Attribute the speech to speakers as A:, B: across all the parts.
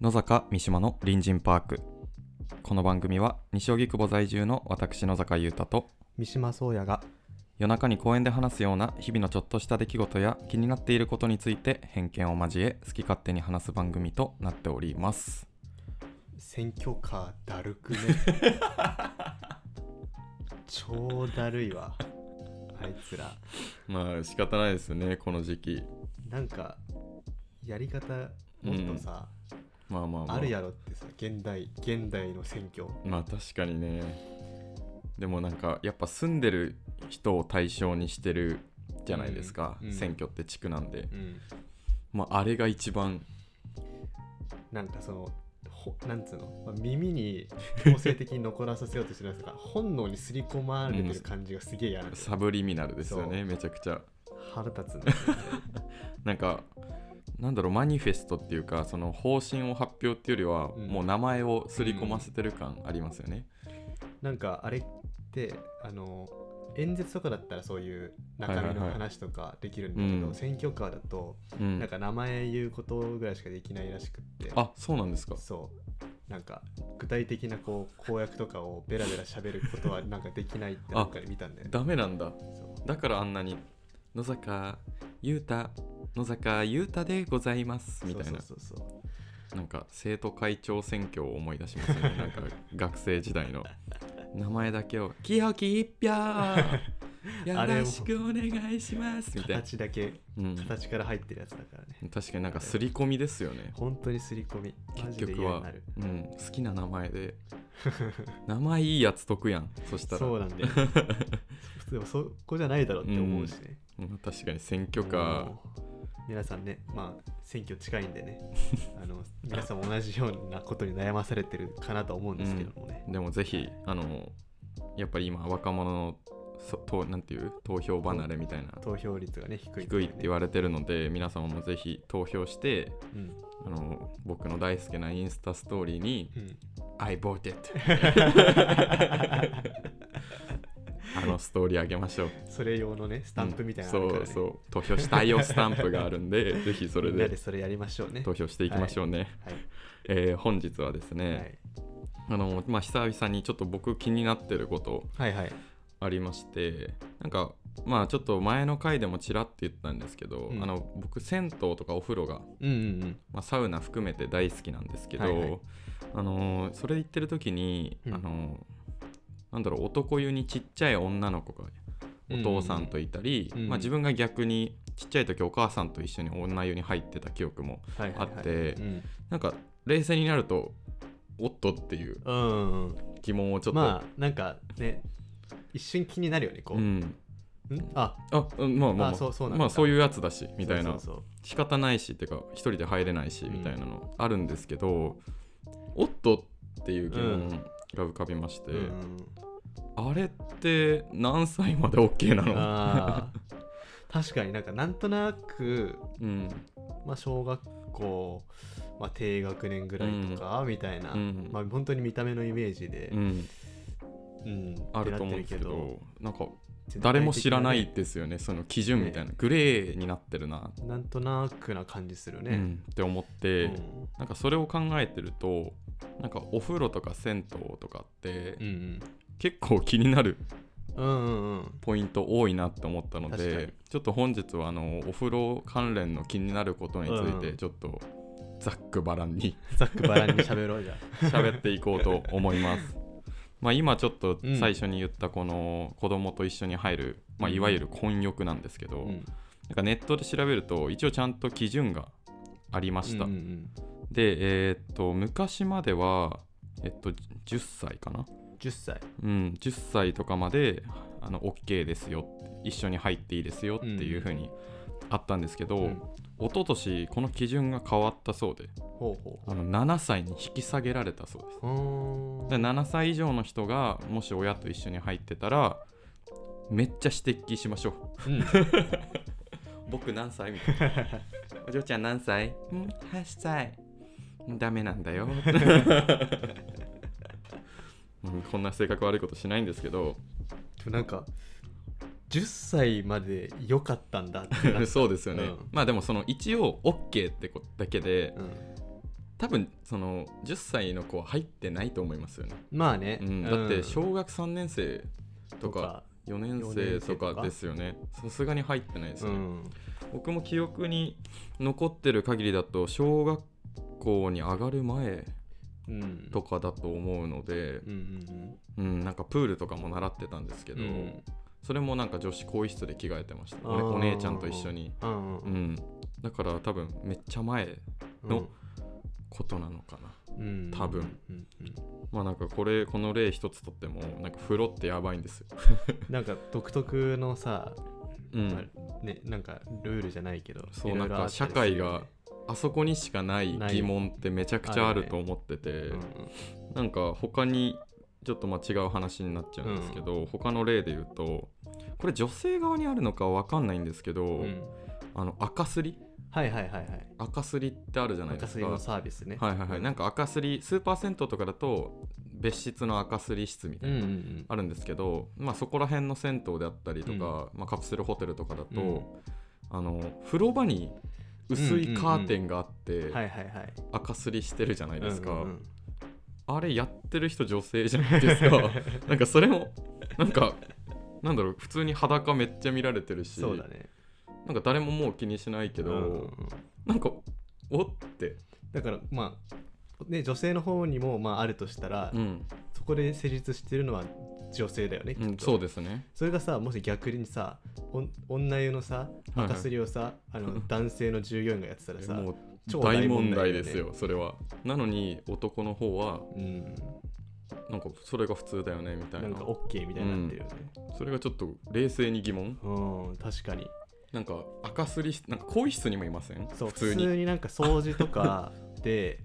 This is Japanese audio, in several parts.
A: 野坂三島の隣人パークこの番組は西荻窪在住の私野坂優太と
B: 三島宗也が
A: 夜中に公園で話すような日々のちょっとした出来事や気になっていることについて偏見を交え好き勝手に話す番組となっております
B: 選挙カーだる くね超だるいわあいつら
A: まあ仕方ないですねこの時期
B: なんかやり方もっとさ、
A: まあまあ、ま
B: あるやろってさ現代現代の選挙
A: まあ確かにねでもなんかやっぱ住んでる人を対象にしてるじゃないですか、
B: うんうん
A: 選挙って地区なんで、
B: うん
A: まああれが一番
B: なんかそのほなんつうの、まあ耳に強制的に残らさせようとしてるやつが本能にすり込まれてる感じがすげえやる、
A: サブリミナルですよねめちゃくちゃ
B: 腹立つんだよね
A: なんかなんだろうマニフェストっていうかその方針を発表っていうよりは、
B: うん
A: もう名前を刷り込ませてる感ありますよね、
B: なんかあれってあの演説とかだったらそういう中身の話とかできるんだけど、
A: はいはいはいうん
B: 選挙カーだと
A: うん
B: なんか名前言うことぐらいしかできないらしくって、
A: あそうなんですか
B: そうなんか具体的なこう公約とかをベラベラ喋ること はなんかできないってなんかで見たんだよね
A: ダメなんだ
B: そう
A: だからあんなに野坂優太野坂優太でございますみたいな
B: そうそうそうそう
A: なんか生徒会長選挙を思い出し ますねなんか学生時代の名前だけを「清き一票 よろしくお願いします」みたいな、
B: 形だけ
A: うん、
B: 形から入ってるやつだからね
A: 確かになんか刷り込みですよね
B: 本当に刷り込みマジ
A: 結
B: で
A: 局
B: 嫌に
A: は
B: なる、
A: うん、好きな名前で 名前いいやつ得やんそしたら
B: そうなんだ よ普通はそこじゃないだろうって思うしね、
A: うん確かに選挙か
B: もう皆さんねまあ選挙近いんでね あの皆さんも同じようなことに悩まされてるかなと思うんですけどもね、
A: でもぜひあのやっぱり今若者のそとなんていう投票離れみたいな
B: 投票率がね低い
A: 低いって言わ
B: れ
A: れてるので皆様もぜひ投票して
B: うん
A: あの僕の大好きなインスタストーリーに
B: うん
A: 「I voted」あのストーリーあげましょう
B: それ用のねスタンプみたいなのあ
A: そ
B: るから、ね
A: うそう投票したいよスタンプがあるんでぜひそれ
B: みんな
A: で
B: でそれやりましょうね
A: 投票していきましょうね、
B: はい
A: えー本日はです
B: は
A: ね、
B: い
A: あのまあ、久々にちょっと僕気になってること
B: はいはい
A: ありましてなんかまあちょっと前の回でもちらっと言ったんですけど、
B: うん
A: あの僕銭湯とかお風呂が、
B: うんうん
A: まあ、サウナ含めて大好きなんですけど、
B: はいはい
A: あのーそれ行ってる時に、
B: うん
A: あのーなんだろう男湯にちっちゃい女の子が
B: うん
A: お父さんといたり、
B: うん
A: まあ、自分が逆にちっちゃい時お母さんと一緒に女湯に入ってた記憶も
B: はいはいはい
A: あって
B: うん
A: なんか冷静になるとおっとっていう
B: うんうんうん
A: 疑問をちょっと、
B: まあなんかね一瞬気になるよねこう、、
A: うんん、
B: あ
A: あうんまあまあ,、まあ、
B: あそうそうなんだ
A: まあそういうやつだしみたいな
B: そうそう
A: 仕方ないしっていうか一人で入れないし
B: うん
A: みたいなのあるんですけど、おっとっていう疑
B: うん
A: 問が浮かびまして、
B: そううん
A: あれって何歳まで OK なの
B: あー確かになんかなんとなく、
A: うん
B: まあ、小学校、まあ、低学年ぐらいとかみたいな、
A: うん
B: まあ、本当に見た目のイメージで
A: う、ん、
B: うん
A: あ
B: って
A: る
B: な
A: と思う
B: って
A: ん
B: る
A: です
B: け
A: けど
B: ど
A: なんか誰も知らな
B: 全体
A: いですよねその基準みたいな、グレーになってるな、
B: 的なねなんとなくな感じする
A: う
B: ね、
A: ん、って思って、
B: うん
A: なんかそれを考えてるとなんかお風呂とか銭湯とかって
B: うん
A: 結構気になる
B: うんうんうんうん
A: ポイント多いなって思ったの
B: 確かに
A: でちょっと本日はあのお風呂関連の気になることについ
B: うんう
A: て
B: ん
A: ちょっとざっくばらんに
B: ざっくばらんに喋ろうじゃん
A: 喋っていこうと思います。 まあ今ちょっと
B: うん
A: 最初に言ったこの子供と一緒に入る、まあ、
B: うん
A: いわゆる混浴なんですけど、
B: うん
A: なんかネットで調べると一応ちゃんと基準がありました。
B: うんうん
A: で、えーっと昔までは、えっと、10歳かな、
B: うん、10歳
A: うん、10歳とかまであの OK ですよ一緒に入っていいですよっていう風にあったんですけど、
B: うん
A: 一昨年この基準が変わったそうで
B: ほうほ
A: あの7歳に引き下げられたそうです
B: うう
A: で
B: ーん
A: 7歳以上の人がもし親と一緒に入ってたらめっちゃ指摘しましょう
B: うん
A: 僕何歳みたいな お嬢ちゃん何歳うん8歳ダメなんだ よ うんこんな性格悪いことしないんですけど
B: でもなんか10歳まで良かった んだって な
A: そうですよね、
B: うん
A: まあでもその一応 OK ってことだけで、
B: うん
A: 多分その10歳の子は入ってないと思いますよね、
B: まあね、
A: うん、だって小学3年生と
B: と
A: か
B: か、
A: 4年生
B: 年生
A: と
B: とか
A: かですよねさすがに入ってないです
B: う
A: よね、
B: ん、
A: 僕も記憶に残ってる限りだと小学校に上がる前
B: うん、
A: とかだと思うので、
B: うんうん
A: うん、なんかプールとかも習ってたんですけ
B: うんう
A: ど、
B: ん
A: それもなんか女子更衣室で着替えてました
B: あー
A: お,、お姉ちゃんと一緒に、
B: うん
A: う
B: うん
A: ん、だから多分めっちゃ前のことなのかな、
B: うん
A: 多分
B: うんうん
A: まあなんかこれこの例一つとってもなんか風呂ってやばいんですよ、
B: なんか独特のさ、
A: うん
B: まあねなんかルールじゃないけど
A: そう
B: いろいろ
A: なんか
B: あったりするよね
A: あそこにしかない疑問ってめちゃくちゃあると思ってて、なんか他にちょっとまあ違う話になっちゃうんですけど、他の例で言うとこれ女性側にあるのかわかんないんですけど、
B: うんうん
A: あの赤すり
B: はいはいはいはい
A: 赤すりってあるじゃないで
B: 赤
A: す
B: す
A: か
B: りのサービスね
A: はいはいはい、なんか赤すりスーパー銭湯とかだと別室の赤すり室みた
B: う
A: い
B: ん
A: な、
B: うんうん
A: あるんですけど、まあ、そこら辺の銭湯であったりとか、まあ、カプセルホテルとかだと、
B: うん
A: あの風呂場に薄いカーテンがあって、
B: はいはいはい
A: 赤すりしてるじゃないですか、
B: うんうん
A: あれやってる人女性じゃないですかなんかそれもなんかなんだろう普通に裸めっちゃ見られてるし、
B: そうだね
A: なんか誰ももう気にしないけど、
B: うんうんうん
A: なんかおって、
B: だからまあね女性の方にもまああるとしたら、
A: うん
B: そこで成立してるのは女性だよ
A: う
B: ね、き
A: ん
B: っと
A: そうですね
B: それがさもし逆にさおん女湯のさ
A: はい
B: 赤すりをさ、あの男性の従業員がやってたらさ
A: もう
B: 超
A: 大
B: 大
A: 問
B: 問
A: 題
B: 題だ
A: で
B: よね
A: すよそれはなのに男の方は
B: うん、
A: なんかそれが普通だよねみたい
B: な
A: なん
B: か OK みたいになってるよね、
A: それがちょっと冷静に疑問
B: うん確かに
A: なんか赤すりしなんか更衣室にもいません
B: そう
A: 普
B: 普通
A: 通
B: に
A: に
B: なんか掃除 とかで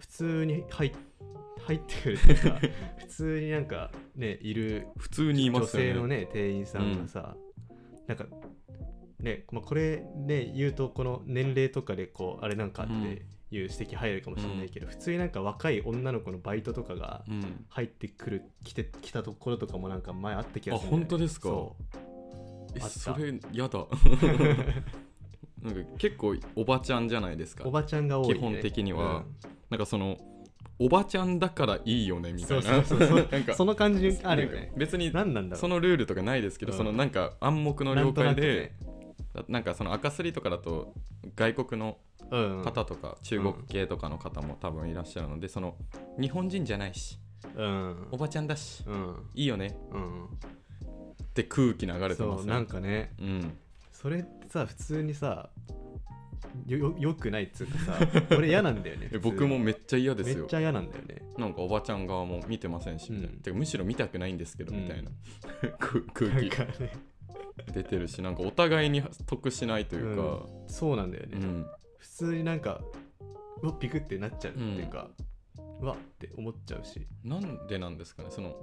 B: 普通に入っ入ってくるってい うか普通になんかねいる
A: 普通にいま
B: 女
A: すよね
B: 性のね店員さんがさ、なんかね、まあ、これね言うとこの年齢とかでこうあれなんかって
A: うん
B: いう指摘入るかもしれないけど、普通になんか若い女の子のバイトとかが
A: うん
B: 入ってくる来て来たところとかもなんか前あった気がするんだ
A: あ本当
B: よね、
A: ですか
B: そ
A: え
B: あった
A: それや だなんか結構おばちゃんじゃないですか
B: うおばちゃんが多い、ね、
A: 基本的にはなんかそのおばちゃんだからいいよね
B: うん
A: みた
B: そ
A: いうな
B: そうそうそ
A: なん
B: う
A: か
B: その感じあるよ
A: なん
B: ね
A: か別に
B: 何なんだろう
A: そのルールとかないですけど、
B: うん
A: そのなんか暗黙の
B: な
A: 了
B: んとな
A: 解
B: く
A: で
B: ね
A: な,、んかその赤すりとかだと外国の
B: うん
A: 方とか中国系とかの方も多分いらっしゃるので、その日本人じゃないし
B: うん
A: おばちゃんだし
B: うん
A: いいよね
B: うん
A: って空気流れて
B: そ
A: ます
B: う
A: よ
B: なんかね
A: うん
B: それってさ普通にさよよよくないっつうか さ俺嫌なんだよね
A: え僕も
B: 普
A: めっちゃ嫌で
B: 通に
A: す
B: めっ
A: よ
B: ちゃ嫌なんだよね
A: なんかおばちゃん側も見てませんし、みたいな
B: うん
A: てかむしろ見たくないんですけど、
B: うん
A: みたいなく 空
B: なん
A: 気
B: かね
A: 出てるしなんかお互いに得しないというか、
B: そうなんだよ
A: う
B: ね、
A: ん
B: 普通になんかうわピクってなっちゃうっていうか、うわって思っちゃうし
A: なんでなんですかねその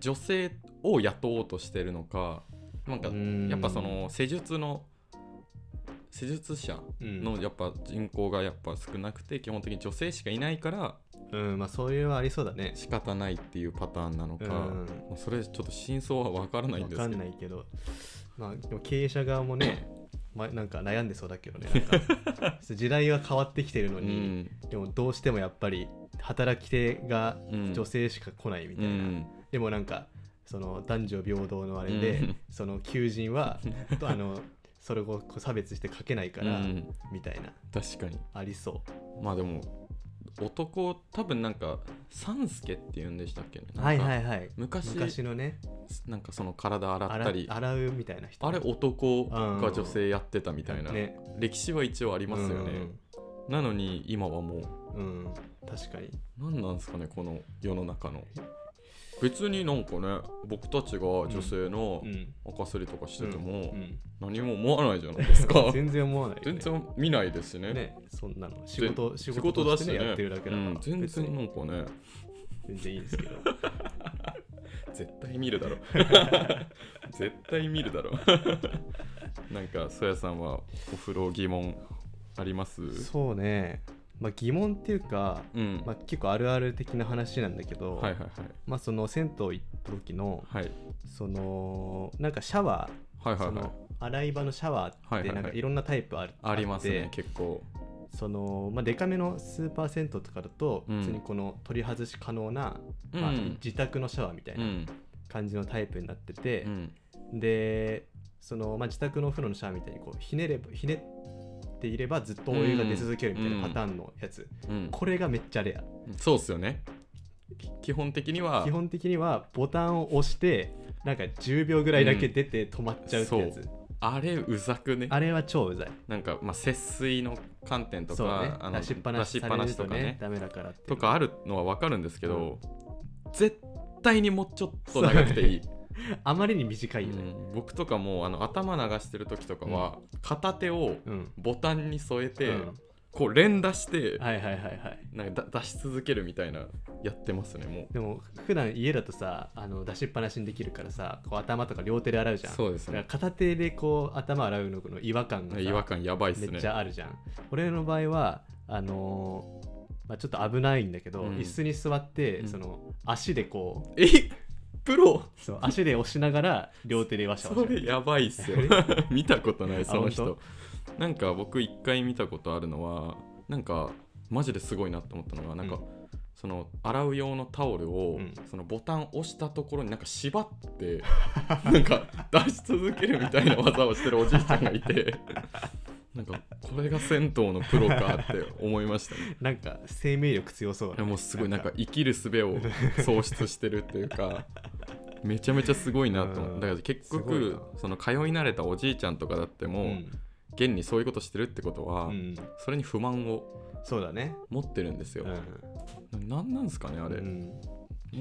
A: 女性を雇おうとしてるのかなんか
B: うん
A: やっぱその施術の施術者のやっぱ人口がやっぱ少なくて基本的に女性しかいないから
B: うんまあそういうのはありそうだね
A: 仕方ないっていうパターンなの
B: う
A: か、
B: ん
A: まあそれちょっと真相は分からないん
B: 分
A: です
B: か
A: け
B: ん
A: ど
B: ないけどまあでも経営者側もねまあなんか悩んでそうだけどねなん か時代は変わってきてるの
A: う
B: に、
A: ん
B: でもどうしてもやっぱり働き手が
A: うん
B: 女性しか来ないみた
A: う
B: いな、
A: ん
B: でもなんかその男女平等のあれで、
A: うん
B: その求 人はあのそれをこう差別して書けないから、
A: うん
B: みたいな
A: 確かに
B: ありそ
A: まあでも男多分なんか三助って言うんでしたっけね
B: う
A: なんか
B: はいはいはい
A: 昔
B: 昔のね
A: なんかその体洗った
B: 洗
A: りあ
B: 洗うみたいな人
A: れ
B: み
A: 男が女性やってたみたいな、
B: ね
A: 歴史は一応ありますよね、なのに今はもう
B: うん、うん確かに
A: 何なんですかねこの世の中の別になんかね僕たちが女性の
B: うん
A: 赤すりとかしてても
B: うん
A: 何も思わないじゃないですか、
B: 全然思わないよ
A: 全
B: ね
A: 然見ないですしね
B: ねそんなの仕事仕
A: 仕事
B: 事
A: だ
B: と
A: し
B: し
A: ね
B: てねやってるだけだから、
A: うん、全
B: 別
A: 然
B: に
A: なんかね
B: 全然いいんですけど
A: 絶対見る だろ絶対見るだろ なんかそやさんはお風呂疑問あります
B: そうね、まあ、疑問っていうか、
A: うん、
B: まあ、結構あるある的な話なんだけど、
A: はいはいはい
B: まあ、その銭湯行った時の
A: はい
B: そのなんかシャワー、
A: はいはいは
B: そ
A: い
B: の洗い場のシャワー
A: はいは
B: っ
A: い
B: て
A: はい
B: なんかいろんなタイプある、
A: ありますね
B: って
A: 結構
B: その、まあ、デカめのスーパー銭湯とかだと、
A: うん
B: 普通にこの取り外し可能な、まあ
A: うん
B: 自宅のシャワーみたい
A: うんう
B: なん感じのタイプになってて
A: う、ん
B: でその、まあ、自宅のお風呂のシャワーみたいにこうひねればひねっていればずっとお湯が出続けるみたいなパターンのやつ、
A: うん
B: これがめっちゃレ
A: そうっすよねき基本的に
B: ア
A: は
B: 基本的にはボタンを押してなんか10秒ぐらいだけ出て止まっちゃうってやつ、
A: うあれうざくね
B: あれは超うざい
A: なんか、まあ、節水の観点と
B: そう
A: か、
B: ね
A: あの
B: 出しっぱなし
A: 出
B: さ
A: っぱ
B: れ
A: な
B: る
A: し
B: と
A: とか
B: ね
A: ね
B: ダメだからっていう
A: とかあ
B: る
A: るのは分かるんですけど、絶対にもうちょっと長くて いい、
B: あまりに短いよ
A: う
B: ね
A: ん僕とかもあの頭流してる時とかは、片手を
B: うん、
A: ボタンに添えて、
B: うん
A: こう連打して、
B: はいはいはいはい
A: なんかだ出し続けるみたいなやってますねもう
B: でも普段家だとさあの出しっぱなしにできるからさこう頭とか両手で洗うじゃん
A: そうです
B: だから
A: ね
B: 片手でこう頭洗うのこの違和感がさ
A: 違和感やばいっす
B: め
A: ね
B: っちゃあるじゃん俺の場合はあのーまあ、ちょっと危ないんだけど、
A: うん
B: 椅子に座って、
A: うん
B: その足でこ
A: えプロ
B: うそう足で押しながら両手でわしゃわしゃ
A: それやばいっすよ 見たことないその人なんか僕一回見たことあるのはなんかマジですごいなと思ったのがなんか、
B: うん
A: その洗う用のタオルを、
B: うん
A: そのボタン押したところになんか縛って なんか出し続けるみたいな技をしてるおじいちゃんがいてなんかこれが銭湯のプロかって思いましたね
B: なんか生命力強そう
A: いや
B: だね
A: もうすごいなんか生きる術を喪失してるっていう かめちゃめちゃすごいなと思
B: う
A: うんだから結
B: すごい
A: 局
B: な
A: その通い慣れたおじいちゃんとかだっても、
B: うん
A: 現にそういうことしてるってことは、
B: うん
A: それに不満を
B: そうだね
A: 持ってるんですよ、
B: う
A: なんなんですかねあ
B: ん、
A: れ、
B: うん、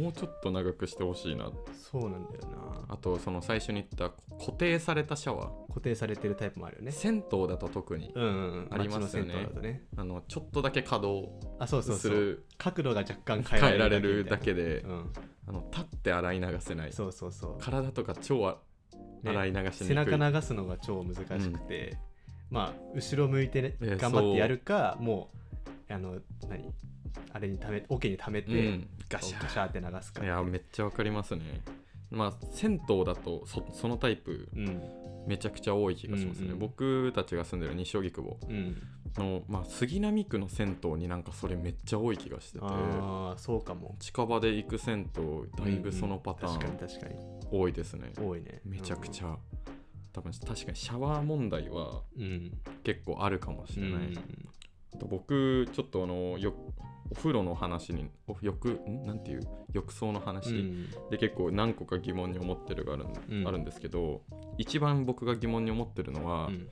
A: もうちょっと長くしてほしいな
B: そうなんだよな
A: あとその最初に言った固定されたシャワ
B: 固定されてるタイプもあるよ
A: ー
B: ね
A: 銭湯だと特に
B: うんうんうん
A: ありますよね
B: 街の銭湯だとね
A: あのちょっとだけ稼働
B: あそうそう
A: す
B: そう
A: る
B: 角度が若干変
A: 変え
B: え
A: ら
B: ら
A: れ
B: れ
A: る
B: る
A: だけ
B: で、
A: で、
B: うん、
A: あの立って洗い流せない
B: そうそうそう
A: 体とか超あ
B: ね
A: 洗い流しにくい、
B: 背中流すのが超難しくて、まあ後ろ向いてね
A: えー
B: 頑張ってやるか、もうあの何あれにため桶に溜めて、
A: うん、ガ
B: ガ
A: シ
B: シ
A: ャ
B: ャガシャって流すか
A: いやめっちゃわかりますねまあ銭湯だとそそのタイプ
B: うん
A: めちゃくちゃ多い気がしますね、
B: うんうん
A: 僕たちが住んでる西荻窪
B: うん
A: の、まあ、杉並区の銭湯になんかそれめっちゃ多い気がしてて
B: ああそうかも
A: 近場で行く銭湯だいぶそのパタ
B: うんうん
A: ーン
B: 確かに確
A: 多いですね
B: か、に多いね
A: めちゃくちゃ、多分確かにシャワー問題は
B: うん
A: 結構あるかもし
B: う
A: れない、
B: ん
A: あと僕ちょっとあのよお風呂の話にお浴んなんていう浴槽の話、
B: うん
A: で結構何個か疑問に思ってるがある,、
B: うん
A: ん、あるんですけど一番僕が疑問に思ってるのは、
B: うん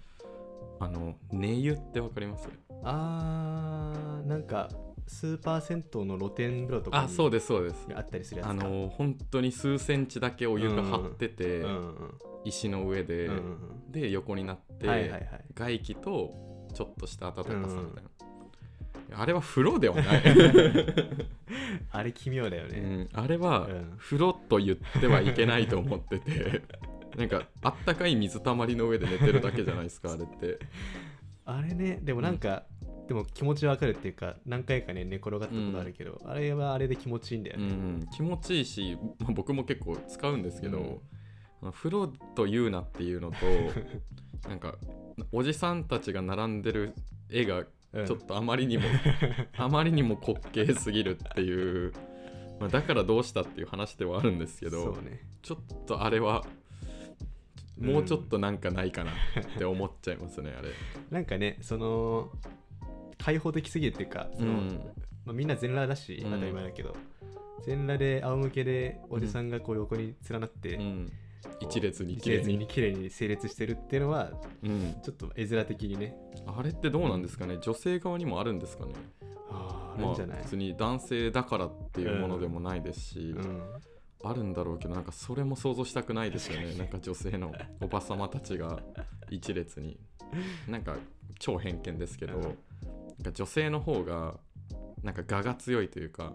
A: あの寝湯ってわかります
B: あーなんかスーパー銭湯の露天風呂とか
A: あそう
B: で
A: ですそうです
B: あったりするやつ
A: あ
B: か
A: の本当に数センチだけお湯が張ってて、
B: うんうん
A: 石の上で、
B: うんうん
A: で横になって、
B: はいはいはい
A: 外気とちょっとした温かさみたいな
B: うんう
A: い
B: ん、
A: やあれは風呂では ない、
B: あれ奇妙だよ
A: う
B: ね、
A: ん、あれは
B: うん
A: 風呂と言ってはいけないと思っててなんかあったかい水たまりの上で寝てるだけじゃないですかあれって
B: あれねでもなんか、でも気持ちわかるっていうか何回かね寝転がったことあるけど、あれはあれで気持ちいいんだよ
A: う
B: ね、
A: ん、気持ちいいし、まあ、僕も結構使うんですけど、
B: うん
A: あの風呂と言うなっていう のとなんかおじさんたちが並んでる絵が
B: うん
A: ちょっとあまり にも、あまりにも滑稽すぎるっていう、まあ、だからどうしたっていう話ではあるんですけど、
B: そうね
A: ちょっとあれはもうちょっとなんかないかなって思っちゃいますね、あれ。
B: なんかねその開放的すぎるっていうかその、
A: うん
B: まあ、みんな全裸だし
A: うん
B: 当たり前だけど、全裸で仰向けでおじさんがこう横に連なって、
A: うん、
B: こう
A: 一列に
B: 一
A: 綺麗
B: 列
A: に
B: に、綺麗に整列してるっていうのは
A: うん、
B: ちょっと絵面的にね
A: あれってどうなんですかね女性側にもあるんですかね
B: あ
A: ま
B: ーある
A: あ、
B: んじゃない、
A: 別に男性だからっていうものでもないですし、
B: うん
A: あるんだろうけどなんかそれも想像したくないですよねなんか女性のおばさまたちが一列になんか超偏見ですけど、
B: うん
A: なんか女性の方がなんか我が強いというか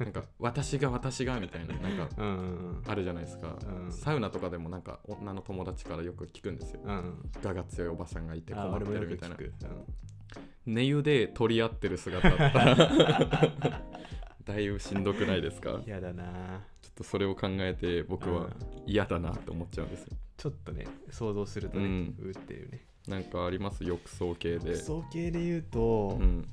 A: なんか私が私がみたいななんか
B: うんうん
A: あるじゃないですか、
B: うん
A: サウナとかでもなんか女の友達からよく聞くんですよ
B: うんうん
A: 我が強いおばさんがいて
B: あ
A: 困っ
B: 俺
A: て
B: もよ
A: る
B: く
A: みたい
B: 聞
A: な
B: く、うん
A: 寝湯で取り合ってる姿だったら だいぶしんどくないですかちょっ
B: 嫌だな
A: とそれを考えて僕
B: う
A: は
B: ん
A: 嫌だなって思っちゃうんですよ
B: ちょっとね想像するとね、
A: う
B: うんーっていうね
A: なんかあります浴槽系で
B: 服装系で言うと、
A: うん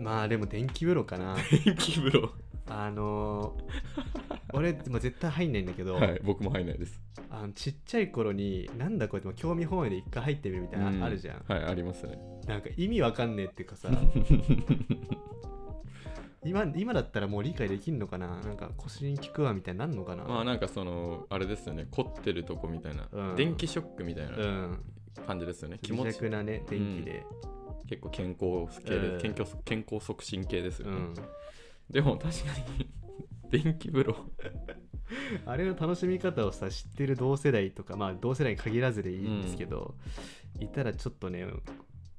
B: まあでも電気風呂かな
A: 電気風呂
B: あの ー俺、まあ、絶対入んないんだけど、
A: はい僕も入んないです
B: あのちっちゃい頃になんだこれって興味本位で一回入ってみるみたいな、
A: う
B: あるじゃん
A: はいありますね
B: なんか意味わかんねえっていう かさ今今だったらもう理解できんのかななんか腰に効くわみたいになんのかな、
A: まあなんかそのあれですよね凝ってるとこみたいな、
B: うん
A: 電気ショックみたいな
B: うん
A: 感じですよね、気持
B: 微
A: ち
B: 弱なね電気で、
A: 結構健康系で、
B: うん
A: 健康健康促進系ですよ
B: う
A: ね、
B: ん
A: でも確かに 電気風呂
B: あれの楽しみ方をさ知ってる同世代とかまあ同世代に限らずでいいんですけど、いたらちょっとね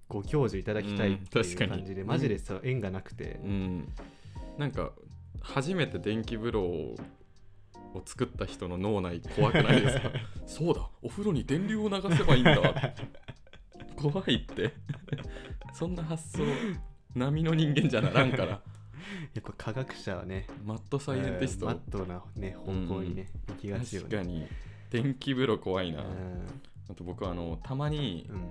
B: ご教授いただきたいって
A: うん
B: い
A: 確
B: う
A: かに
B: 感じで、マジでさ縁がなくて、
A: うんなんか初めて電気風呂を作った人の脳内怖くない ですかそうだお風呂に電流を流せばいいんだ わ怖いってそんな発想波の人間じゃならんから
B: やっぱ科学者はね
A: マッドサイエンティスト、
B: えーマットな、ね、方向にね、行きがちよ
A: 確か
B: ね。
A: に電気風呂怖いな、
B: うん
A: あと僕はあのたまに
B: うん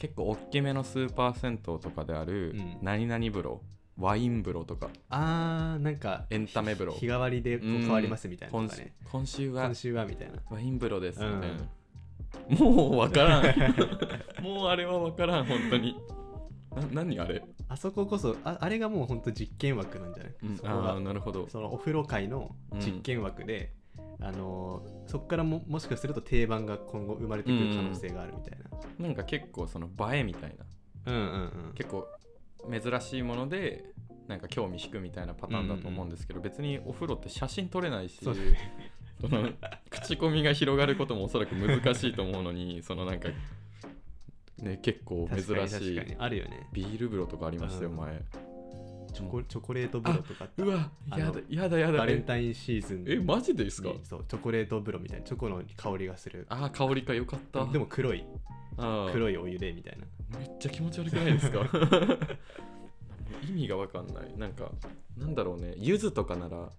A: 結構大きめのスーパー銭湯とかである
B: うん
A: 何々風呂、ワイン風呂とか
B: あーなんか
A: エンタメ風呂
B: 日替わりでこう
A: うん
B: 変わりますみたいな
A: 今
B: とか
A: 週
B: ね
A: 今週は
B: 今週はみたいな
A: ワイン風呂ですみたいな、もう分 からんもうあれは分からん本当にな何あれ、
B: あそここそああれがもうほんと実験枠なんじゃない、
A: うん
B: そこ
A: あ
B: が
A: あなるほど
B: そのお風呂界の実験枠で、あのーそこからももしかすると定番が今後生まれてくる可能性があるみたいな
A: なんか結構その映えみたいな
B: うんうんうん
A: 結構珍しいものでなんか興味引くみたいなパターンだと思うんですけど、別にお風呂って写真撮れないし
B: そうだね
A: その口コミが広がることもおそらく難しいと思うの にそのなんかね結構珍
B: 確かに
A: し
B: 確か
A: い
B: にあるよね
A: ビール風呂とかありましたよ
B: うん
A: 前
B: チョコチョコレート風呂とかあった
A: うわ
B: あの
A: やだやだやだ
B: バレンタインシーズン
A: ええマジでですか
B: にそうチョコレート風呂みたいなチョコの香りがする
A: ああ香りかよかった
B: でも黒い
A: あー
B: 黒いお湯でみたいな
A: めっちゃ気持ち悪くない ですかもう意味がわかんないなんかなんだろうね柚子とかなら、
B: うんうんうん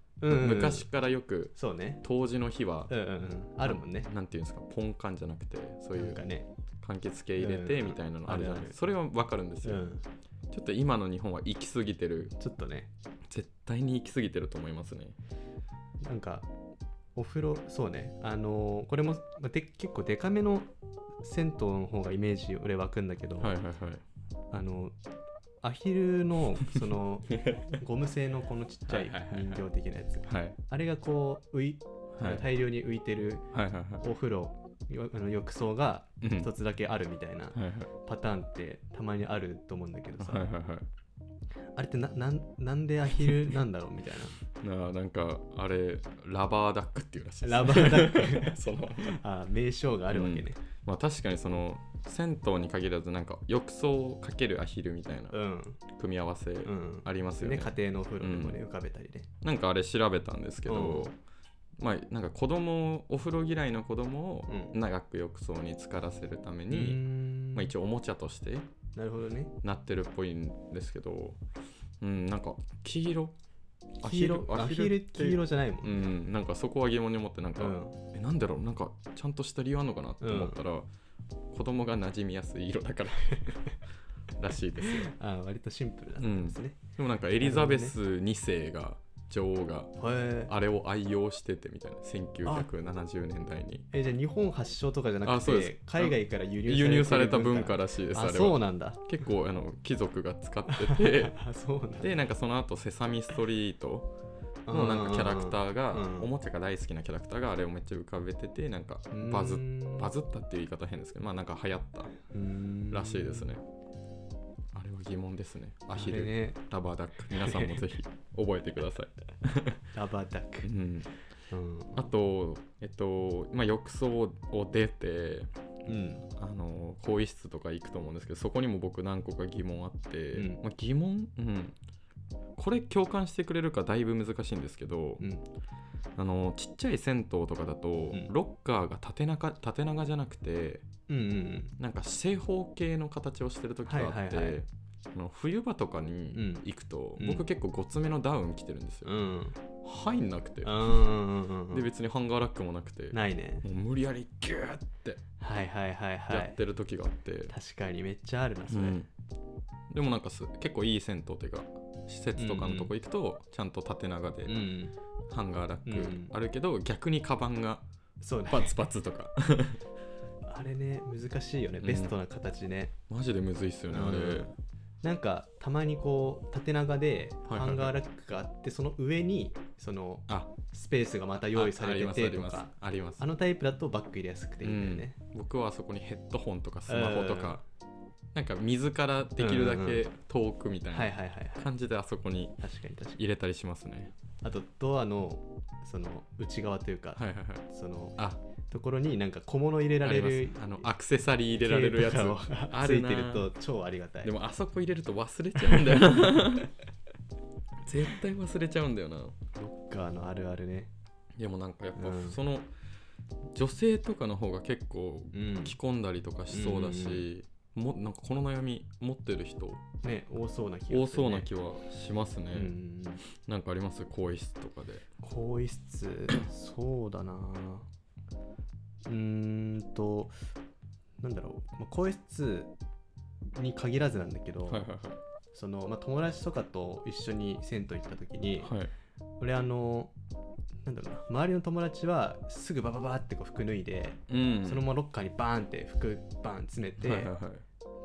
A: 昔からよく
B: そうね
A: 冬至の日は、
B: うんうんうんあるもんね
A: なんていうんですかポンカンじゃなくてそうい
B: なん
A: う
B: かね
A: 柑橘系入れてみたいなのあるじゃない
B: うん
A: で
B: うん
A: すかそれはわかるんです
B: う
A: よ、
B: ん
A: ちょっと今の日本は行き過ぎてる
B: ちょっとね
A: 絶対に行き過ぎてると思いますね
B: なんかお風呂そうねあのーこれもまで結構デカめの銭湯の方がイメージ俺湧くんだけど、
A: はいはいはい
B: あのアヒルのそ の ゴム製のこのちっちゃい
A: はいはいはいはい
B: 人形的なやつ
A: はい
B: あれがこう浮い
A: はい
B: 大量に浮いてる
A: はいはいはい
B: お風呂よあの浴槽が
A: うん
B: 一つだけあるみたいな
A: はいはい
B: パターンってたまにあると思うんだけどさ、
A: はいはいはい
B: あれってななんなんでアヒ ルなんだろうみたいな
A: なあなんかあれラバーダックっていうらしいです
B: ラバーダ ッ
A: その
B: あ名称があるわけね。
A: まあ確かにその銭湯に限らずなんか浴槽かけるアヒルみたいな
B: うん。
A: 組み合わせ
B: うん。
A: ありますよね,、
B: ね、家庭のお風呂でもね、浮かべたりね。
A: なんかあれ調べたんですけど、
B: う
A: まあなんか子供をお風呂嫌いの子供を
B: うん
A: 長く浴槽に浸からせるため
B: うー
A: に、
B: ん
A: まあ、一応おもちゃとして
B: なるほどね。
A: なってるっぽいんですけどうんなんか黄色
B: 黄色、アヒル
A: って
B: 黄色じゃないもん。
A: う
B: うん
A: んなんかそこは疑問に思ってなんか、えなんだろうなんかちゃんとした理由あんのかなって思ったら、子供が馴染みやすい色だから らしいですよ
B: あ割とシンプルだったんですね。
A: でもなんかエリザベス2世が女王が
B: へー
A: あれを愛用しててみたいな1970年代に
B: えじゃあ日本発祥とかじゃな
A: あ
B: く
A: そうです
B: て海外から輸入
A: 輸入された
B: てる
A: 文化らしいですあ
B: あ
A: れ
B: そう
A: は
B: なんだ
A: 結構あの貴族が使ってて
B: あそうなんだ
A: でなんかその後セサミストリート」のなんかキャラクターが、
B: うん
A: おもちゃが大好きなキャラクターがあれをめっちゃ浮かべててなんかバズバズったっていう言い方変ですけどまあなんか流行ったらしいですねあれは疑問ですねア
B: ア
A: ヒ
B: ヒ
A: ル、
B: ルね
A: ラバーダック皆さんもぜひ覚えてくださ
B: ラバーダッ
A: い、
B: ク
A: うん、
B: うん
A: あとえっとまあ浴槽を出て
B: うん
A: あの更衣室とか行くと思うんですけどそこにも僕何個か疑問あって、
B: うん
A: まあ、疑問うんこれ共感してくれるかだいぶ難しいんですけど、
B: うん
A: あのちっちゃい銭湯とかだと、
B: ん
A: ロッカーが縦長縦長じゃなくて
B: うんうん
A: なんか正方形の形をしてる時があって、
B: はいはいはい
A: あの冬場とか
B: う
A: に
B: ん
A: 行くと、
B: うん
A: 僕結構ごつめのダウン着てるんですよ、
B: うん
A: 入んなくて、
B: うん
A: で別にハンガーラックもなくて
B: ないね
A: もう無理やりギューって
B: はいはいはいは
A: やっ
B: い
A: てる時があって、
B: 確かにめっちゃあるなそれ、
A: うんでもなんかす結構いい銭湯っていうか施設とかのとこ行くとちゃんと縦長で
B: うん
A: ハンガーラ
B: う
A: ッ
B: ん
A: クあるけど、逆にカバン が
B: そうね
A: パツパツとか
B: あれね難しいよね
A: うん
B: ベストな形ね、
A: マジでむずいっすよねあれ、
B: うんなんかたまにこう縦長で
A: はいはいはい
B: ハンガーラックがあって、その上にその
A: あ
B: スペースがまた用意されててと
A: あありま
B: か
A: す
B: あ
A: ありますあります
B: のタイプだとバッグ入れやすくていいんだよね、
A: うん僕はあそこにヘッドホンとかスマホとか、なんか水からできるだけ遠くみた
B: はい
A: い
B: はいはいはい
A: な感じであそこに
B: 確かに確かに
A: 入れたりしますね、
B: あとドアのその内側という
A: は
B: か、
A: いはいはい
B: その
A: あ
B: ところになんか小物入れられ
A: あり
B: る
A: ますあのアクセサリー入れられるやつ
B: 系とかをついて
A: ある
B: る
A: な
B: と超ありがたい
A: でもあそこ入れると忘れちゃうんだよな 絶対忘れちゃうんだよな
B: ロッカーのあるあるね
A: でもなんかやっ
B: うん
A: ぱその、女性とかの方が結構
B: うん
A: 着込んだりとかしそうだし、もなんかこの悩み持ってる人
B: ね多そうな気がする、ね、
A: 多そうな気はしますね、
B: うん
A: なんかあります更衣室とかで
B: 更衣室そうだなうーんとなんだろう、まあ、更衣室に限らずなんだけど、
A: はいは
B: そのまあ、友達とかと一緒に銭湯行った時に、
A: いはいはい
B: 俺あのなんだろうな周りの友達はすぐバババってこう服脱いで、
A: うん
B: そのままロッカーにバーンって服バーン詰めて、
A: はいはいはい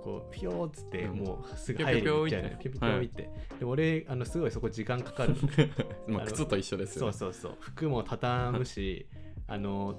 B: こうピョーっつって
A: うん
B: もうすぐ入りに行っちゃうのよピ
A: ピョ
B: ョピ
A: ピ
B: ョ
A: ョ
B: ピ
A: ピョピ
B: ョピョ
A: ョ
B: って、でも俺あのすごいそこ時間かかるの
A: ま
B: あ
A: あ
B: の
A: 靴と一緒ですよ
B: そう
A: ね
B: そうそう服も畳むしあの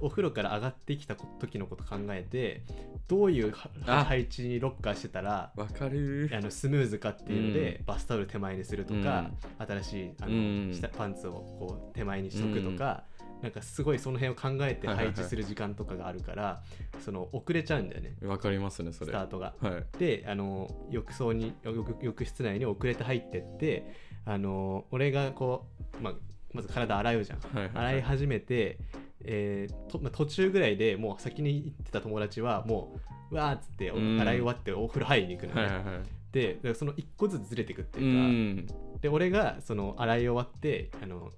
B: お風呂から上がってきた時のこと考えてどういうは
A: あ
B: 配置にロッカーしてたら
A: わかる
B: あのスムーズかっていうので、
A: う
B: バスタオル手前にするとか、新しいあの、
A: うん
B: 下パンツをこう手前にしとくとか、なんかすごいその辺を考えて
A: はいはい
B: 配
A: はい
B: 置する時間とかがあるから、その遅れちゃうんだよね
A: わかりますねそ
B: ス
A: れ
B: タ
A: は
B: ートが。
A: い
B: であの浴槽に浴浴室内に遅れて入ってってあの俺がこう、まあ、まず体洗うじゃん。
A: はいは
B: 洗
A: いはいい
B: 始めて、えーとまあ途中ぐらいでもう先に行ってた友達はもううわーっつって
A: うん
B: 洗い終わってお風呂入りに行くのね、
A: はいはいはい
B: でだからその一個ずつずれてくって
A: う
B: いうか、
A: ん
B: で俺がその洗い終わってあの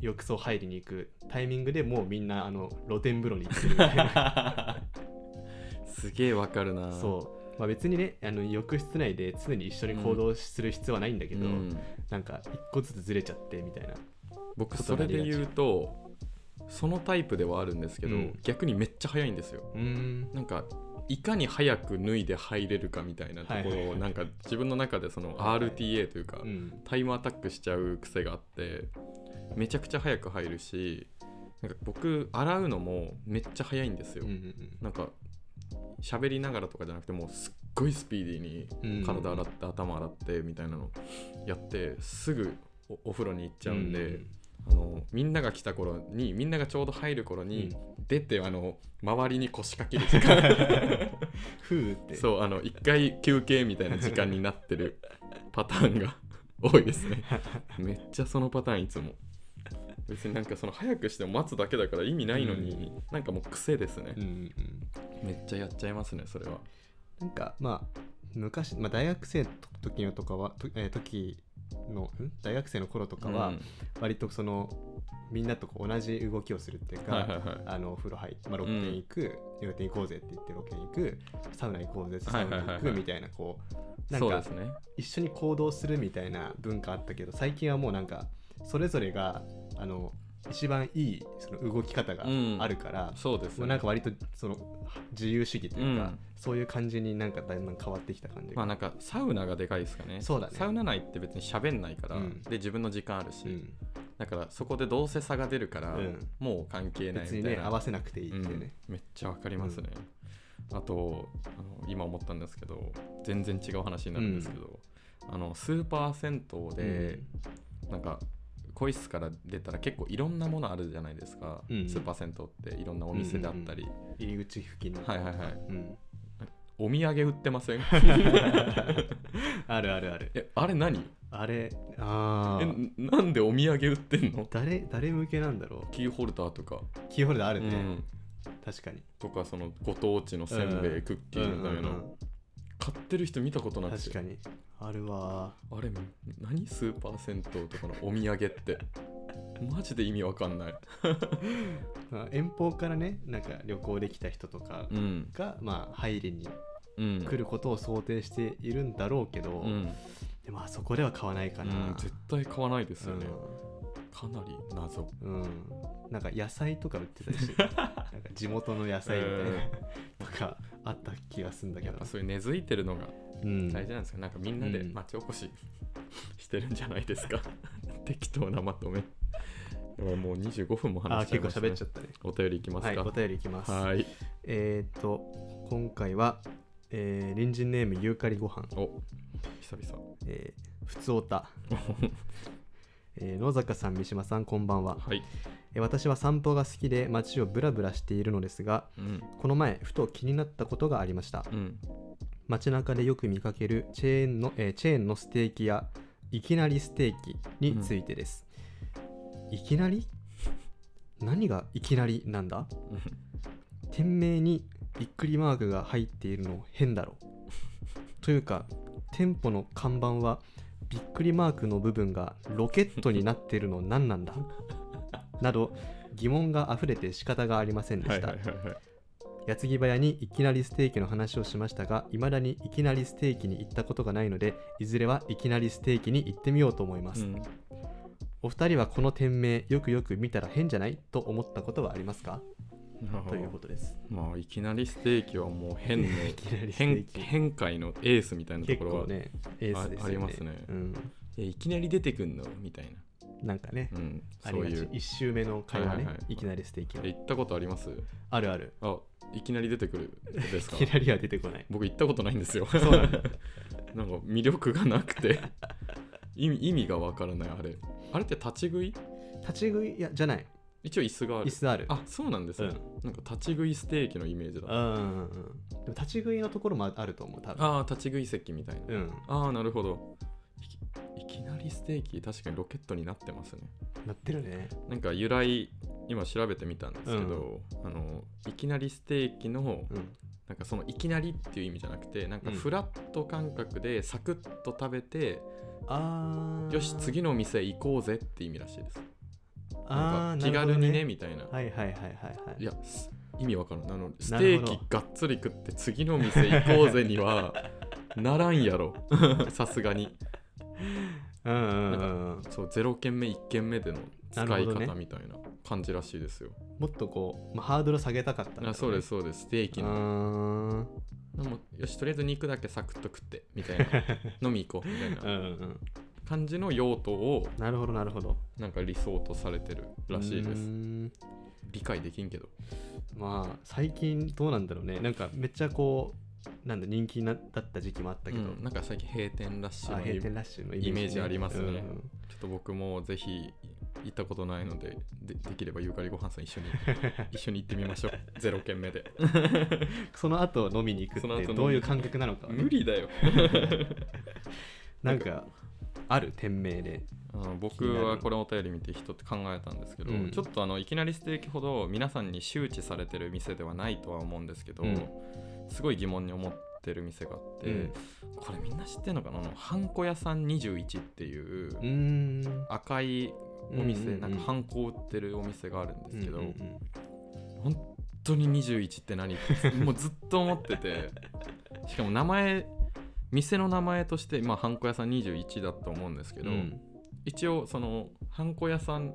B: 浴槽入りに行くタイミングでもうみんなあの露天風呂に行ってるみたいな
A: すげえわかるな
B: そう、まあ、別にねあの浴室内で常に一緒に行動する必要はないんだけど、
A: ん
B: なんか一個ずつずれちゃってみたいな
A: 僕
B: こと
A: そ
B: にな
A: れ
B: りが
A: で
B: ち
A: 言うとそのタイプではあるんですけど、
B: うん
A: 逆にめっちゃ早いんですよ
B: うーん
A: なんかいかに早く脱いで入れるかみたいなとこ
B: はいはい
A: ろ
B: は
A: を
B: い
A: なんか自分の中でその
B: はいはい
A: RTA というか
B: うん
A: タイムアタックしちゃう癖があってめちゃくちゃ早く入るしなんか僕洗うのもめっちゃ早いんですよ、
B: うんうん
A: なんか喋りながらとかじゃなくてもうすっごいスピーディーに
B: うん
A: 体洗って頭洗ってみたいなのやってすぐおお風呂に行っちゃうんで、 あのみんなが来た頃にみんながちょうど入る頃に、
B: うん
A: 出てあの周りに腰掛ける時間
B: ふうって
A: そうあの一回休憩みたいな時間になって るパターンが多いですねめっちゃそのパターンいつも別になんかその早くしても待つだけだから意味ないのに、なんかもう癖ですね
B: う、んうんうん
A: めっちゃやっちゃいますねそれは
B: なんかまあ昔、まあ、大学生の時のとかはと、えー時のん大学生の頃とかは
A: うん
B: 割とそのみんなとこう同じ動きをするっていうか、
A: はいはいはい
B: あのお風呂入って、まあ、ロケに行く、露天行こうぜって言ってロケに行くサウナ行こうぜってサウナ
A: はいは
B: 行
A: いはい
B: く
A: はい
B: みたいなこうなん
A: そうで
B: か
A: すね
B: 一緒に行動するみたいな文化あったけど最近はもうなんかそれぞれがあの一番いいその動き方があるから、
A: そうです
B: もう
A: ね
B: なんか割とその自由主義というか、
A: うん
B: そういう感じになんかだんだん変わってきた感じ
A: ま
B: が、
A: あなんかサウナがでかいですかね
B: そうだね
A: サウナ内って別に喋んないから、
B: うん
A: で自分の時間あるし、
B: うん
A: だからそこでどうせ差が出るから、
B: うん
A: もう関係ない
B: 別
A: み
B: に
A: たい
B: ね
A: な
B: 合わせなくていいっていうね、
A: うんめっちゃわかりますね、あとあの今思ったんですけど全然違う話になるんですけど、あのスーパー銭湯で、なんか更衣室から出たら結構いろんなものあるじゃないですか、
B: うん
A: スーパー銭湯っていろんなお店であったり、
B: 入り口付近の、
A: はいはいはい
B: うん、
A: お土産売ってません
B: あるあるあ る
A: えあれ何
B: あれあ
A: え
B: ー
A: なんでお土産売ってんの
B: 誰誰向けなんだろ
A: キーホルダーとか、
B: うキーホルダーある
A: う
B: ね、
A: ん、
B: 確かに
A: とかそのご当地のせんべい、
B: うん
A: クッキーみたいな、
B: うんうん
A: 買ってる人見たこと
B: う
A: なんく
B: 確
A: て
B: かにあるわ
A: あれ何スーパー銭湯とかのお土産ってマジで意味わかんない。
B: まあ遠方からねなんか旅行できた人とか
A: うん。
B: が、まあ入りに
A: うん。
B: 来ることを想定しているんだろうけど、
A: うん。
B: でもあそこでは買わないかな、
A: うん絶対買わないですよね。かなり謎。
B: うん、うんなんか野菜とか売ってた りしてなんか地元の野菜みたいな、とかあった気がするんだけ
A: やっ
B: ど
A: ぱ、そういう根付いてるのが
B: うん、
A: 大事なんですか、なんかみんなで
B: うん
A: 町おこししてるんじゃないですか 適当なまとめでももう25分も
B: あ
A: 話しちゃい
B: 結構
A: ました、
B: 喋
A: ね
B: っ、ちゃったね
A: お便りいきます
B: はい
A: か
B: お便りいきます
A: はい
B: えっ、と今回は、えー、隣人ネームユーカリご飯
A: お久々
B: えー、ふつおた、えー野坂さん三島さんこんばんは、
A: はい、
B: えー私は散歩が好きで街をブラブラしているのですが
A: うん
B: この前ふと気になったことがありました
A: うん、
B: 街中でよく見かけるチェーンの、えーチェーンのステーキやいきなりステーキについてです、いきなり何がいきなりなんだ店名にびっくりマークが入っているの変だろ というか店舗の看板はびっくりマークの部分がロケットになっているの何な んだなど疑問が溢れて仕方がありませんで
A: は
B: し
A: い
B: た、
A: はいはいはい
B: 矢継ぎ早にいきなりステーキの話をしましたが未だにいきなりステーキに行ったことがないのでいずれはいきなりステーキに行ってみようと思いま
A: う
B: す、
A: ん
B: お二人はこの店名よくよく見たら変じゃないと思ったことはありますかということです
A: まあいきなりステーキはもう変の
B: いきなりステ
A: 変
B: ーキ
A: 変界のエースみたいなと
B: 結
A: ころは
B: 構ねエースですよね
A: あありますね
B: うん、
A: えいきなり出てくんのみたいな、
B: なんかね、
A: うん、
B: あ
A: そ
B: り
A: う
B: がち
A: いう
B: 1周目の会話ね、
A: はい
B: い
A: はいはい
B: きなりステーキは
A: え行ったことあります
B: あるある
A: あいきなり出てくるですか
B: いきなりは出てこない
A: 僕行ったことないんですよ
B: うなんだ
A: なんか魅力がなくて意味意味がわからないあれあれって立ち食い
B: 立ち食いいやじゃない
A: 一応椅子があ
B: 椅
A: る
B: 子ある
A: あそうなんですね、なんか立ち食いステーキのイメージ
B: う
A: だ
B: んうんうんうんでも立ち食いのところもあると思う多分
A: ああ立ち食い席みたいな、
B: うん
A: ああなるほどいきいきなりステーキ確かにロケットになってますね
B: なってるね
A: なんか由来今調べてみたんですけど、あのいきなりステーキの
B: うん
A: なんかそのいきなりっていう意味じゃなくてなんかフラット感覚でサクッと食べて、
B: あー
A: よし次の店行こうぜって意味らしいですな
B: あ
A: ん
B: ー
A: か気
B: な
A: 軽
B: るほど
A: にねみたいな、
B: はいはいはいはいはい
A: いやす意味わからんあのス
B: な
A: テ
B: るほ
A: ー
B: ど
A: キがっつり食って次の店行こうぜに はならんやろさすがに
B: うんうんうんうん
A: そう0軒目1軒目での使
B: ないるほど
A: 方
B: ね
A: みたいな感じらしいですよ、
B: もっとこう、まあ、ハードル下げたかったんだろね
A: あそうですそうですステーキ
B: うー
A: の
B: ん
A: でもよしとりあえず肉だけサクッと食ってみたいな 飲み行こうみたい
B: うんう
A: なん感じの用途を
B: なるほどなるほど
A: なんか理想とされてるらしいうで
B: ー
A: す
B: ん
A: 理解できんけど
B: まあ最近どうなんだろうねなんかめっちゃこうなんだ人気なだった時期もあったけど、
A: うんなんか最近閉店ラッシュ
B: あ
A: の
B: 閉店ラッシュのイメージ,、
A: イメージありますね
B: うん
A: ちょっと僕もぜひ行ったことないので、でできればゆうかりごはんさん一 緒に一緒に行ってみましょう。0軒目で。
B: その後飲みに行く
A: その後
B: っ
A: 飲み
B: て
A: に
B: どういう感覚なのかはね、
A: 無理だよ。
B: なんかある店名で
A: あの
B: 気
A: 僕
B: になる
A: はこれお便り見て人って考えたんですけど、
B: うん
A: ちょっとあのいきなりステーキほど皆さんに周知されてる店ではないとは思うんですけど、
B: うん
A: すごい疑問に思ってる店があって、
B: うん
A: これみんな知ってるのかなあのハンコ屋さん21っていう
B: うーん
A: 赤いお店、
B: うんうんうん
A: なんかハンコを売ってるお店があるんですけど、
B: うんうんうん
A: 本当に21って何ってもうずっと思って てしかも名前店の名前としてまあハンコ屋さん21だと思うんですけど、
B: うん
A: 一応そのハンコ屋さん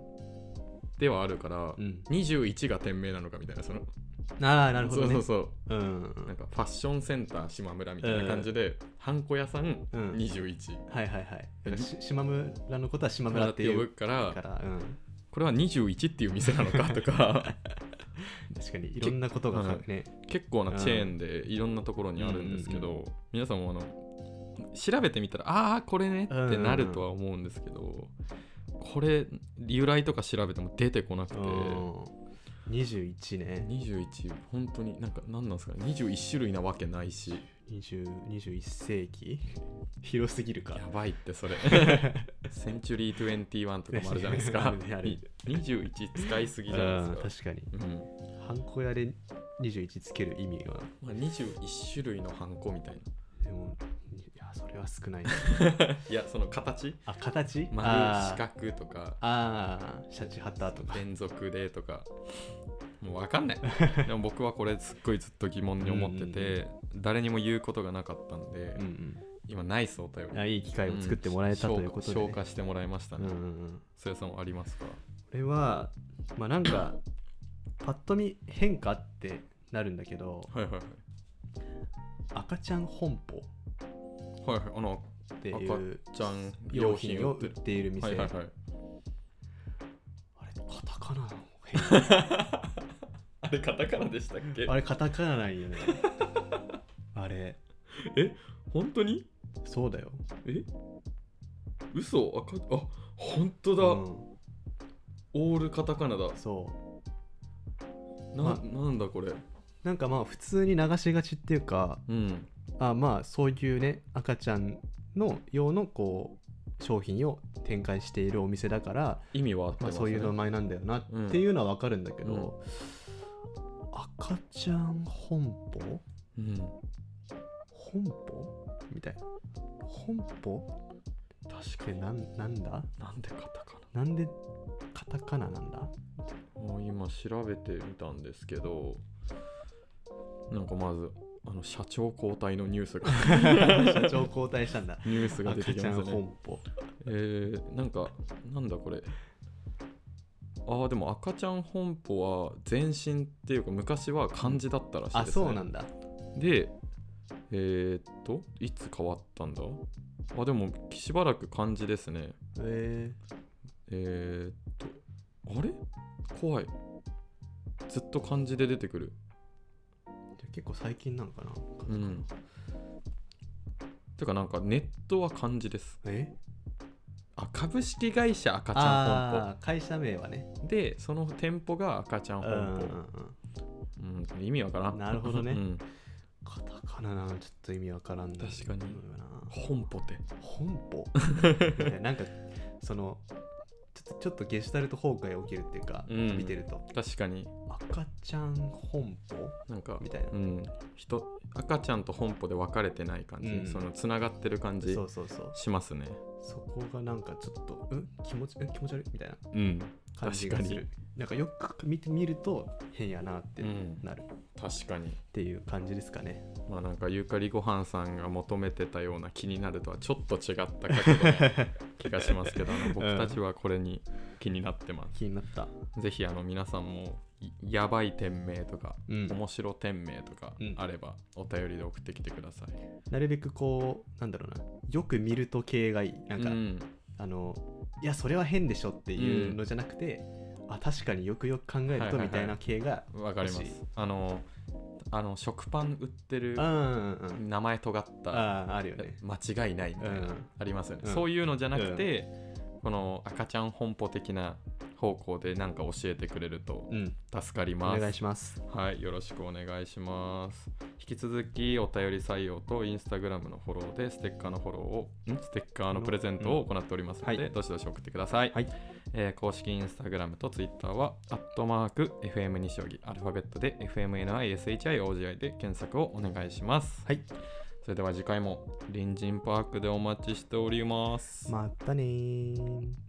A: ではあるから、
B: うん
A: 21が店名なのかみたいなその
B: ああなるほどね
A: そうそう
B: うんうん
A: そう
B: う
A: なん
B: ん
A: かファッションセンター島村みたいな感じで、ハンコ屋さん
B: うん
A: 21、
B: はいはいはいし島村のことは島村
A: 村
B: っ
A: って
B: て
A: 呼
B: い
A: ぶ
B: う
A: か
B: からら、うん、
A: これは21っていう店なのかと か
B: 確かにいろんなことが書くね、
A: 結構なチェーンでいろんなところにあるんですけど、
B: うんうん
A: 皆さんもあの調べてみたらああこれねってなるとは思うんですけど、これ由来とか調べても出てこなくて、
B: うん、21ね
A: 21本当になんか何なんですかね21種類なわけないし
B: 20 21世紀 広すぎるか
A: やばいってそ れセンチュリー21とかもあるじゃないです
B: あ
A: か
B: るねあるね
A: 21使いすぎじゃない
B: うん
A: ですか、
B: 確かに
A: うん
B: ハンコ屋で21つける意味は
A: まあ、21種類のハンコみたいな
B: でもいやそれは少 ないな。
A: いやその形
B: あ、形
A: 丸四
B: あー
A: 角とか
B: あー、シャチハタとか。
A: 連続でとかもう分か んないでも僕はこれすっごいずっと疑問に思ってて誰にも言うことがなかったんで、
B: うん
A: 今ナイスお便
B: うん、
A: り
B: あいい機会を作ってもらえたということで、ね
A: 消化消化してもらいました
B: うん
A: ね
B: うんうん、
A: そやさんはありますか
B: これはまあなんかパッと見変化ってなるんだけど
A: はいはいはい
B: 赤ちゃん本舗
A: はいはいあの
B: っていう
A: 赤ちゃん
B: 用品を売
A: る
B: っている店、
A: はいはいはい
B: あれカタカナなの変化
A: あれカタカナでしたっけ
B: あれカタカナなんよ ねあれ
A: え本当に
B: そうだよ
A: え嘘赤あ本当だ、
B: うん
A: オールカタカナだ
B: そう
A: な,、
B: まあ
A: なんだこれ
B: なんかまあ普通に流しがちっていうか
A: うん
B: あまあそういうね赤ちゃんの用のこう商品を展開しているお店だから、
A: 意味は合ってま
B: まあ、
A: すね、
B: そういう名前なんだよなっていうのはわかるんだけど、赤ちゃん本舗
A: うん、
B: 本舗みたいな本舗
A: 確
B: っ
A: か
B: て
A: に
B: なんなんだ
A: なんでカタカ
B: なんでカタカナなん だ
A: ナもう今調べてみたんですけどなんかまずあの社長交代のニュース が
B: 社長交代したんだ
A: ニュースが出
B: 赤
A: てき
B: ちゃ
A: ま
B: ん
A: したね
B: 本舗
A: えー、なんかなんだこれあーでも赤ちゃん本舗は前身っていうか昔は漢字だったらしいです、ね、
B: あそうなんだ
A: でえー、っといつ変わったんだあでもしばらく漢字ですね
B: え
A: えー、っとあれ怖いずっと漢字で出てくる
B: ー、じゃあ結構最近なんかな
A: うんてかなんかネットは漢字です
B: え
A: あ株式会社赤ちゃん本
B: ああー会社名はね
A: 舗でその店舗が赤ちゃん
B: うん
A: 本
B: うんうん
A: 舗、うん、意味わからん
B: なるほどね
A: うん、
B: カタカナなのちょっと意味わからんな
A: 確かに
B: 思うよな
A: 本舗って
B: 本 舗ねなんかそのちょっとちょっとゲシュタルト崩壊起きるっていうか、
A: うん
B: 見てると
A: 確かに
B: 赤ちゃん本舗
A: なんか
B: みたいな、
A: うん、人赤ちゃんと本舗で分かれてない感じ、
B: うん
A: そのつながってる感じ
B: そうそうそう
A: しますね
B: そこがなんかちょっとうん気持ちうん気持ち悪いみたいな
A: うん
B: 感じがするなんかよく見てみると変やなって
A: うん
B: なるっ
A: 確かに
B: ていう感じですかね、
A: まあなんかゆかりごはんさんが求めてたような気になるとはちょっと違った角度な気がしますけど、あの僕たちはこれに気になってます、
B: 気になった
A: ぜひあの皆さんもいやばい店名とか、
B: うん
A: 面白店名とか
B: うん
A: あればお便りで送ってきてください、
B: なるべくこうなんだろうなよく見ると系がいいなんか、
A: うん
B: あのいやそれは変でしょっていうのじゃなくて、あ確かによくよく考える
A: はい
B: と
A: はいはい
B: みたいな系が、
A: わかります
B: 欲しい
A: あのあの食パン売ってる
B: うんうんうん
A: 名前尖った
B: あああるよね
A: 間違いないみたいな、
B: うん
A: ありますよね、
B: うん
A: そういうのじゃなくて、この赤ちゃん本舗的な方向で何か教えてくれると
B: うん
A: 助かり
B: お
A: ます
B: 願いします
A: はいよろしくお願いします引き続きお便り採用とインスタグラムのフォローでステッカーのフォローをんステッカーのプレゼントを行っておりますので、
B: はい
A: どしどし送ってください、
B: はい
A: えー公式インスタグラムとツイッターはアットマーク FM 西荻アルファベットで FMNISHIOGI で検索をお願いします
B: はい
A: それでは次回も隣人パークでお待ちしております。
B: またねー